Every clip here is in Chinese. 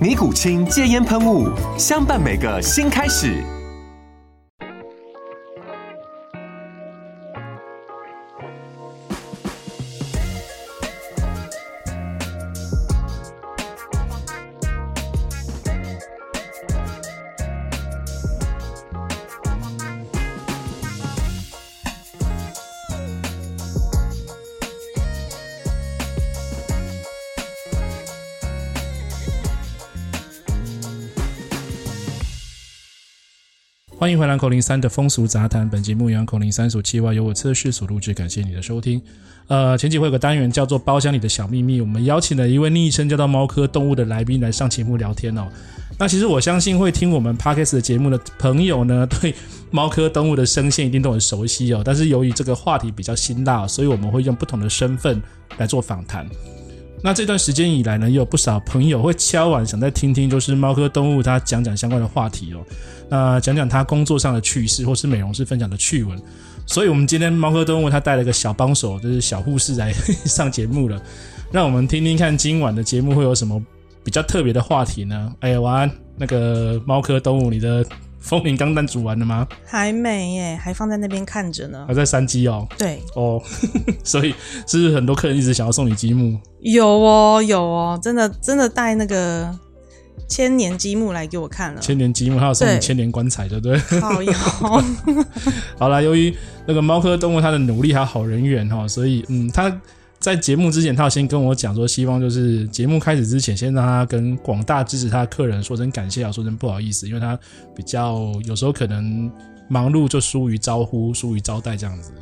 尼古清戒烟喷雾，相伴每个新开始。欢迎回来，口零三的风俗杂谈。本节目由口零三所企划，由我测试所录制。感谢你的收听。呃，前几回有个单元叫做“包厢里的小秘密”，我们邀请了一位昵称叫做“猫科动物”的来宾来上节目聊天哦。那其实我相信会听我们 podcast 的节目的朋友呢，对猫科动物的声线一定都很熟悉哦。但是由于这个话题比较辛辣，所以我们会用不同的身份来做访谈。那这段时间以来呢，也有不少朋友会敲碗想再听听，就是猫科动物它讲讲相关的话题哦。那讲讲他工作上的趣事，或是美容师分享的趣闻。所以，我们今天猫科动物他带了个小帮手，就是小护士来 上节目了。让我们听听看今晚的节目会有什么比较特别的话题呢？哎，晚安，那个猫科动物，你的风铃钢弹煮完了吗？还没耶，还放在那边看着呢还。在山鸡哦。对，哦， 所以是不是很多客人一直想要送你积木？有哦，有哦，真的真的带那个千年积木来给我看了，千年积木，还有送你对千年棺材，对不对？好有， 好啦，由于那个猫科动物它的努力还有好人缘哈，所以嗯，它在节目之前，它有先跟我讲说，希望就是节目开始之前，先让它跟广大支持它的客人说声感谢啊，说声不好意思，因为它比较有时候可能忙碌就疏于招呼，疏于招待这样子。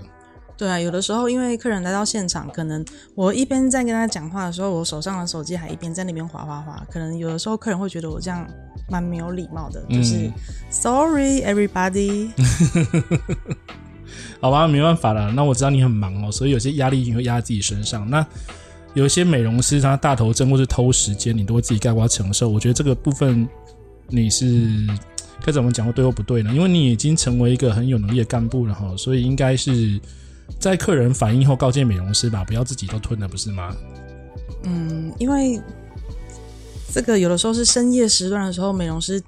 对啊，有的时候因为客人来到现场，可能我一边在跟他讲话的时候，我手上的手机还一边在那边划划划，可能有的时候客人会觉得我这样蛮没有礼貌的，就是、嗯 Sorry everybody，好吧，没办法啦。那我知道你很忙哦，所以有些压力你会压在自己身上。那有一些美容师他大头针或是偷时间，你都会自己盖瓜承受。我觉得这个部分你是该怎么讲，对或不对呢？因为你已经成为一个很有能力的干部了哈，所以应该是在客人反应后告诫美容师吧，不要自己都吞了，不是吗？嗯，因为这个有的时候是深夜时段的时候，美容师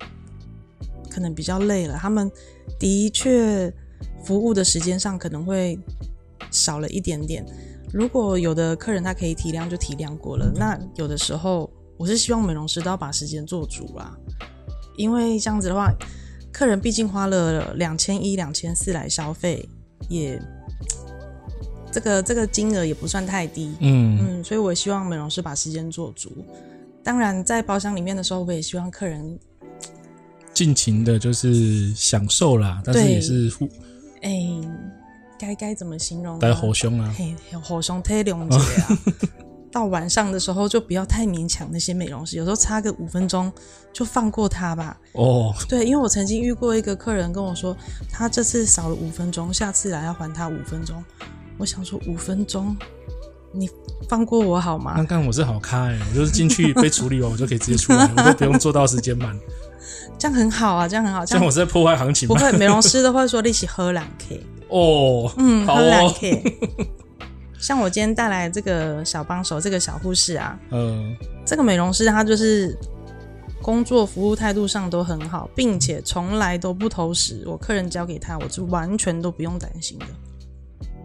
可能比较累了，他们的确服务的时间上可能会少了一点点。如果有的客人他可以体谅，就体谅过了。那有的时候，我是希望美容师都要把时间做足啦，因为这样子的话，客人毕竟花了两千一、两千四来消费，也这个这个金额也不算太低。嗯，嗯，所以我也希望美容师把时间做足。当然，在包厢里面的时候，我也希望客人，尽情的就是享受啦，但是对也是互哎、该该怎么形容呢？带吼凶啊。嘿，吼熊太两姐啊！ 到晚上的时候就不要太勉强那些美容师，有时候差个五分钟就放过他吧。哦，对，因为我曾经遇过一个客人跟我说，他这次少了五分钟，下次来要还他五分钟。我想说五分钟，你放过我好吗那？看我是好咖哎、我就是进去被处理完，我就可以直接出来，我都不用做到时间满。这样很好啊，这样 很好，这这样我样是在破坏行情不吗？会美容师都会说一起喝两 K。哦，嗯，好很哦， lucky。像我今天带来这个小帮手，这个小护士啊，嗯，这个美容师她就是工作服务态度上都很好，并且从来都不偷食。我客人交给她，我是完全都不用担心的，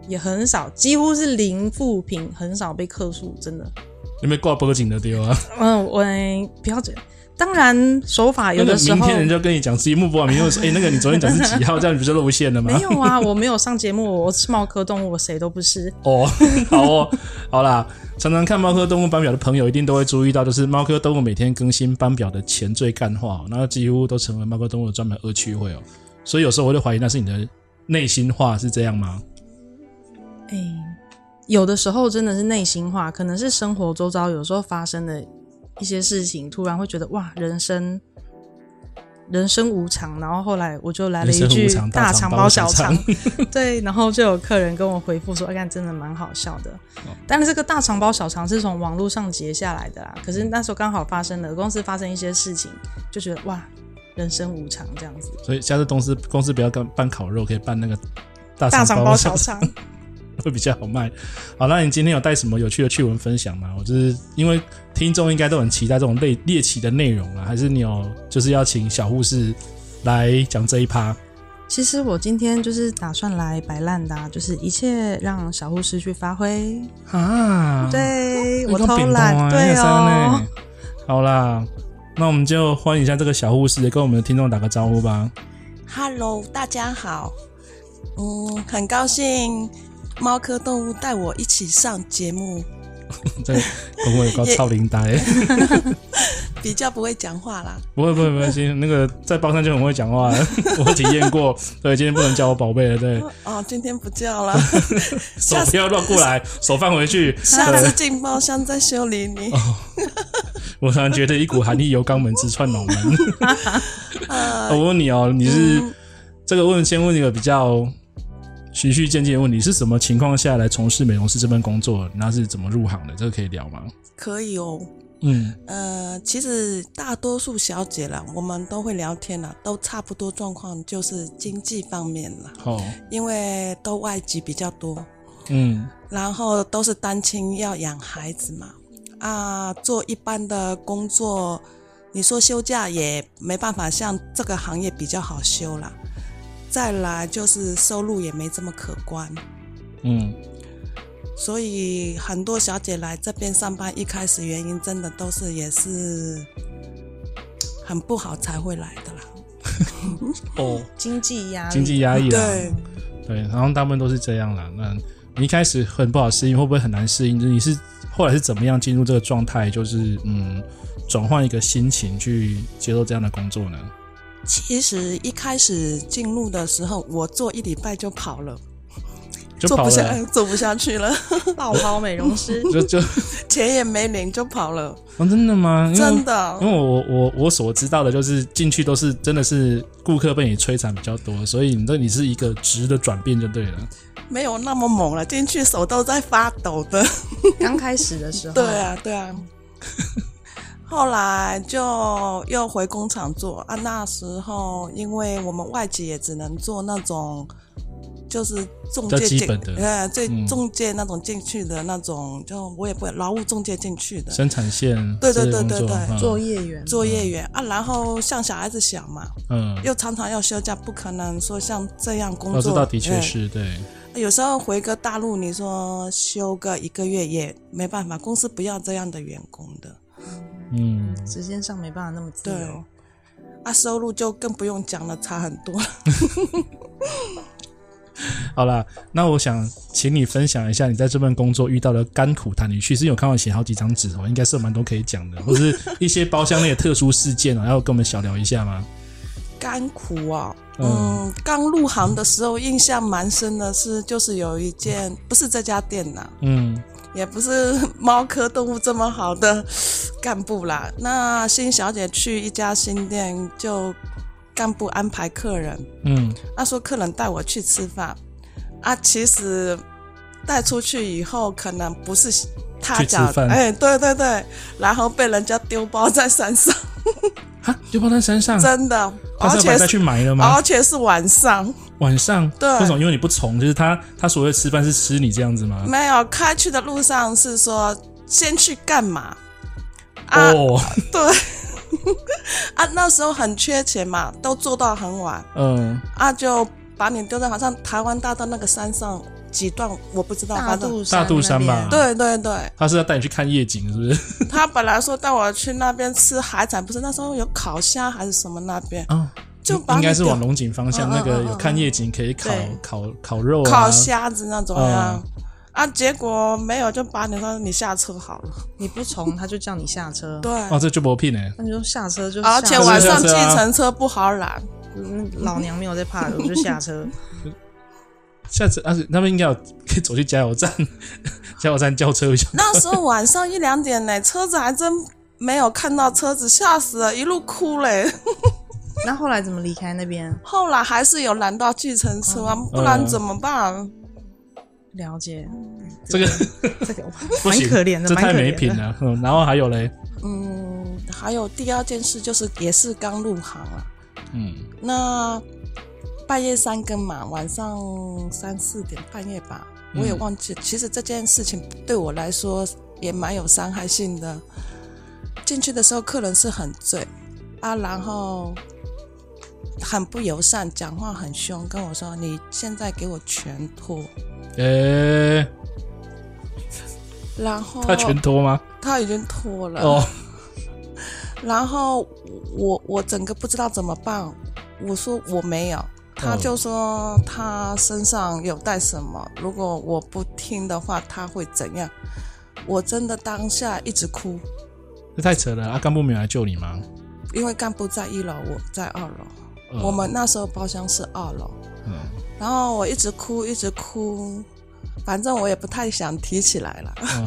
也很少，几乎是零负评，很少被客诉，真的。有没有挂脖颈的丢啊？嗯，我不要这，当然手法有那个的时明候天人家跟你讲积木不完，明天说哎、那个你昨天讲是几号，这样你不就露馅了吗？ 没有啊，我没有上节目，我是猫科动物，我谁都不是。哦，好哦，好啦，常常看猫科动物班表的朋友一定都会注意到，就是猫科动物每天更新班表的前缀干话、哦，那几乎都成为猫科动物的专门恶趣味哦。所以有时候我就怀疑那是你的内心话是这样吗？哎、有的时候真的是内心话，可能是生活周遭有时候发生的一些事情，突然会觉得哇，人生人生无常。然后后来我就来了一人生句无常大肠肠包包小小肠肠， 对，然后就有客人跟我回复说，哎、干真的蛮好笑的。哦但是这个大肠包小肠是从网络上截下来的啦，可是那时候刚好发生了公司发生一些事情，就觉得哇，人生无常这样子。所以下次公司公司不要干办烤肉，可以办那个大大肠肠包包小肠肠， 会比较好卖。好，那你今天有带什么有趣的趣闻分享吗？我就是因为听众应该都很期待这种类猎奇的内容啊，还是你有就是要请小护士来讲这一趴？其实我今天就是打算来摆烂的、啊，就是一切让小护士去发挥。啊，对你我讲偷扁担懒，啊那对三哦呢。好啦，那我们就欢迎一下这个小护士，跟我们的听众打个招呼吧。 Hello，大家好。嗯，很高兴猫科动物带我一起上节目，这个公公有高超龄呆， 比较不会讲话啦。不会不会不会，行，那个在帮上就很会讲话了， 我体验过。对，今天不能叫我宝贝了，对，哦，今天不叫了，手下次不要乱过来，手放回去。下对次进包厢再修理你。我突然觉得一股寒意由肛门直窜 脑门。呃，我问你哦，你是、嗯这个问先问一个比较循序渐进的问题，是什么情况下来从事美容师这份工作？那是怎么入行的？这个可以聊吗？可以哦。嗯，呃，其实大多数小姐啦，我们都会聊天啦，都差不多状况就是经济方面啦，好、因为都外籍比较多。嗯，然后都是单亲要养孩子嘛，啊，做一般的工作，你说休假也没办法，像这个行业比较好休啦。再来就是收入也没这么可观，嗯，所以很多小姐来这边上班，一开始原因真的都是也是很不好才会来的啦。哦，经济压力，经济压抑啦，对，对，然后大部分都是这样啦。那你一开始很不好适应，会不会很难适应？就是你是后来是怎么样进入这个状态？就是嗯，转换一个心情去接受这样的工作呢？其实一开始进入的时候，我做一礼拜就跑了，就做跑不了下，，做不下去了。 爆抛美 容师就就、钱也没领就跑了，哦、真的吗？因为真的因为我我我所知道的就是进去都是真的是顾客被你摧残比较多，所以你这你是一个值的转变就对了。没有那么猛了，进去手都在发抖 的。刚开始的时候，对啊，对啊。 后来就又回工厂做啊，那时候因为我们外企也只能做那种，就是中比较介基进本的呃，最嗯中介那种进去的那种，就我也不会劳务中介进去的生产线对对这些对对工作对嗯作业员，作业员啊。然后像小孩子小嘛，嗯，又常常要休假，不可能说像这样工我知作。道哦的确嗯是对，有时候回个大陆，你说休个一个月也没办法，公司不要这样的员工的嗯，时间上没办法那么自由。啊，收入就更不用讲了， 差很多。好啦，那我想请你分享一下你在这份工作遇到的甘苦谈。你去是有看到写好几张纸哦，应该是有蛮多可以讲的，或 是一些包厢内的特殊事件啊，要跟我们小聊一下吗？甘苦啊、嗯嗯，刚入行的时候印象蛮深的是，就是有一件不是这家店呐、嗯也不是猫科动物这么好的干部啦。那新小姐去一家新店，就干部安排客人，嗯他说客人带我去吃饭，啊，其实带出去以后可能不是他去吃讲，饭哎，对对对，然后被人家丢包在 山上，哈，就放在山上，啊真的，他而是要且再去是买了吗？而且是晚上，晚上对为什么？因为你不从，就是他他所谓吃饭是吃你这样子吗？没有开去的路上是说先去干嘛？啊，哦，对， 啊，那时候很缺钱嘛，都做到很晚，嗯，啊，就把你丢在好像台湾大道那个山上，几段我不知道，大反正肚山大肚山吧那边对对对，他是要带你去看夜景，是不是？他本来说带我去那边吃海产，不是那时候有烤虾还是什么那边，啊， 就把应你该是往的龙井方向，嗯嗯那个嗯嗯有看夜景，可以烤对烤烤肉啊，烤虾子那种呀嗯。啊，结果没有，就把你说你下车好了。你不从他就叫你下车，对，哦，这就不屁呢。那你就下车就下而车，且晚上下计车啊程车不好拦，嗯老娘没有在怕的，我 就下车。下次啊，他们应该有可以走去加油站， 加油站叫车一下。那时候晚上一两点呢，车子还真没有看到车子，吓死了，一路哭嘞。 那后来怎么离开那边？后来还是有拦到计程车啊，嗯不然怎么办？了解这个这个不蛮行，可怜的，这蛮太可没怜品的。了。嗯，然后还有嘞，嗯，还有第二件事就是也是刚入行啊，嗯，那半夜三更嘛，晚上三四点半夜吧，嗯我也忘记。其实这件事情对我来说也蛮有伤害性的。进去的时候客人是很醉啊，然后很不友善，讲话很凶，跟我说：“你现在给我全脱。呃、”哦然后他全脱吗？他已经脱了，哦，然后我我整个不知道怎么办，我说我嗯没有，他就说他身上有带什么，如果我不听的话，他会怎样？我真的当下一直哭，这太扯了。阿甘部没有来救你吗？因为干部在一楼，我在二楼，嗯我们那时候包厢是二楼，嗯，然后我一直哭，一直哭，反正我也不太想提起来了。嗯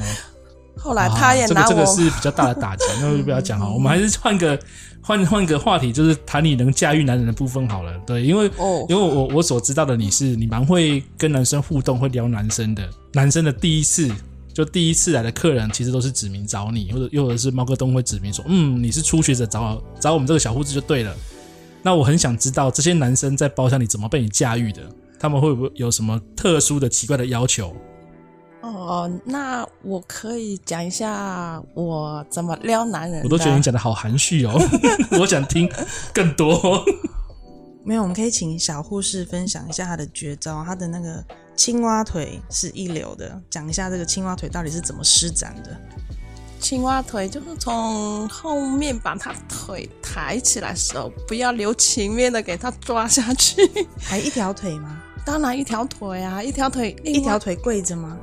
后来他也啊拿我，这个这个是比较大的打 击，那就不要讲了。我们还是换个换换个话题，就是谈你能驾驭男人的部分好了。对，因为、哦因为我我所知道的你是你蛮会跟男生互动，会聊男生的，男生的第一次。就第一次来的客人，其实都是指名找你，或者又或者是猫哥东会指明说，嗯，你是初学者，找找我们这个小护士就对了。那我很想知道这些男生在包厢里怎么被你驾驭的，他们会不会有什么特殊的奇怪的要求？哦，那我可以讲一下我怎么撩男人的。我都觉得你讲的好含蓄哦， 我想听更多。没有，我们可以请小护士分享一下她的绝招，她的那个青蛙腿是一流的，讲一下这个青蛙腿到底是怎么施展的。青蛙腿，就是从后面把他腿抬起来的时候，不要留情面的给他抓下去。 还一条腿吗？当然一条腿啊，一条腿，一条腿腿跪着吗？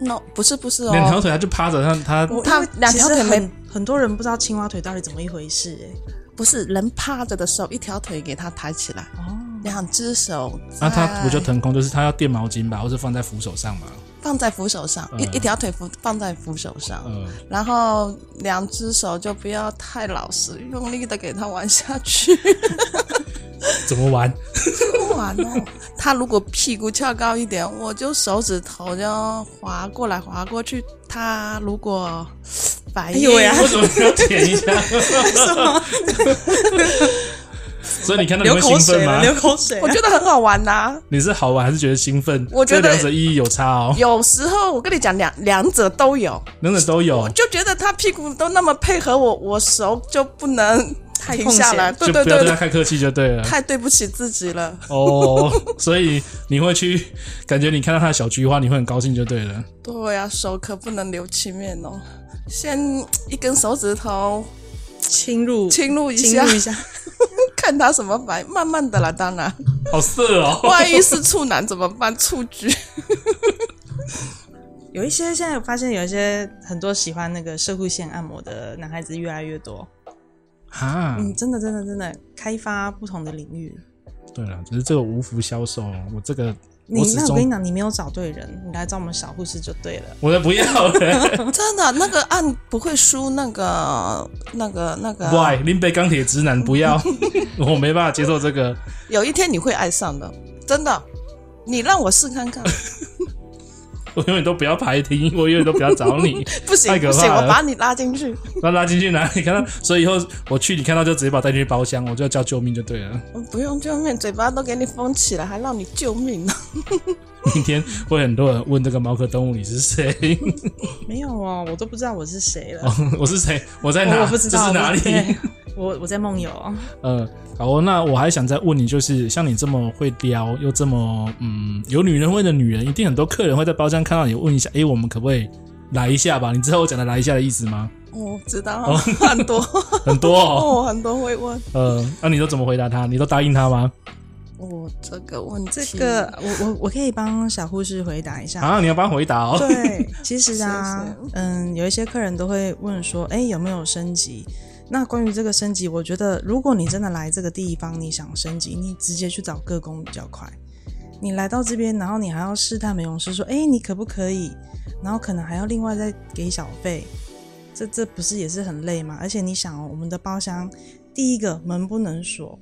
no，不是不是哦，两条腿他就趴着，他他我他因为两条其实腿没很很多人不知道青蛙腿到底怎么一回事哎、不是人趴着的时候，一条腿给他抬起来，哦，两只手那他在不就腾空，就是他要垫毛巾吧，或是放在扶手上嘛。放在扶手上，嗯一一条腿扶放在扶手上，嗯，然后两只手就不要太老实，用力的给他玩下去。怎么 玩？不玩哦。他如果屁股翘高一点，我就手指头就划过来划过去。他如果哎白呦喂眼啊为什么要舔一下？哎 所以你看到你会兴奋吗？口水我觉得很好玩呐、你是好玩还是觉得兴奋？我觉得这两者意义有差哦，有时候我跟你讲，两两者都有，两者都有我，就觉得他屁股都那么配合我，我手就不能太停下来。对就对不要对对他对，太客气就对了。太对不起自己了。哦，所以你会去感觉你看到他的小菊花，你会很高兴就对了。对呀、手可不能留情面哦。先一根手指头侵入侵入一侵下，入一下，看他什么反应，慢慢的啦，当然。好色哦！万一是处男怎么办？处局 有一些现在我发现有一些很多喜欢那个射护线按摩的男孩子越来越多，哈，嗯，真的真的真的开发不同的领域。对了，只是这个无福消受，我这个你我始那我跟你终讲，你没有找对人，你来找我们小护士就对了。我的不要 了。真的那个按不会输那个那个那个。 Why 林北钢铁直男不 要，我没办法接受这个。有一天你会爱上的，真的。你让我 试看看，我永远都不要排听，我永远都不要找 你，不行太可不行，怕我把了。你拉进去。把拉进去哪里？看到，所以以后我去，你看到就直接把我带进去包厢，我就要叫救命就对 了。嗯不用救命，嘴巴都给你封起来，还让你救命呢。 明天会很多人问这个猫科动物你是谁，啊没有哦，我都不知道我是谁 了。哦我是谁，我在哪，我我不知 道这是哪里？对我我在梦 游，呃，好哦，那我还想再问你，就是像你这么会撩，又这么嗯有女人味的女人，一定很多客人会在包厢看到你，问一下，诶，我们可不可以来一下吧？你知道我讲的来一下的意思吗？我知道哦很 多很多哦，哦，很多会问呃，那、你都怎么回答他？你都答应他吗？我哦这个问这题，个我我我可以帮小护士回答一下。啊，你要帮他回答哦。对，其实啊是是，嗯，有一些客人都会问说，哎，有没有升级？那关于这个升级，我觉得如果你真的来这个地方，你想升级，你直接去找个工比较快。你来到这边，然后你还要试探美容师说，哎，你可不可以？然后可能还要另外再给小费，这这不是也是很累吗？而且你想哦，我们的包厢，第一个门不能锁，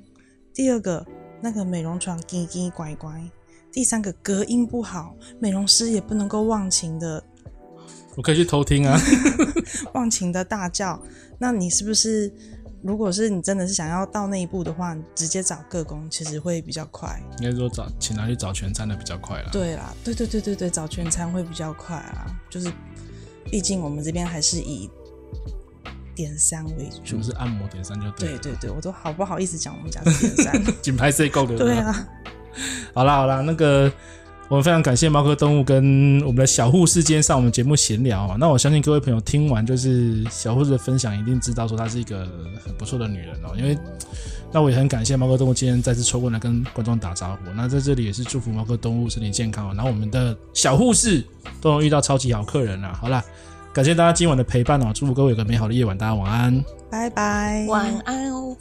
第二个那个美容床叽叽拐拐，第三个隔音不好，美容师也不能够忘情的我可以去偷听啊。 忘情的大叫。那你是不是，如果是你真的是想要到那一步的话，你直接找个工其实会比较快。应该说找请他去找全餐的比较快啦。对啦，对对对对对，找全餐会比较快啊，就是毕竟我们这边还是以点三为全主部。是按摩点三就对对了。对对，我都好不好意思讲我们家是点三。紧拍 C 够的。对啊，好啦好啦，那个我们非常感谢猫科动物跟我们的小护士今天上我们节目闲聊啊。那我相信各位朋友听完就是小护士的分享，一定知道说她是一个很不错的女人哦。因为那我也很感谢猫科动物今天再次抽过来跟观众打招呼。那在这里也是祝福猫科动物身体健康、哦，然后我们的小护士都能遇到超级好客人啦、啊好啦，感谢大家今晚的陪伴哦，祝福各位有个美好的夜晚，大家晚安。拜拜，晚安哦。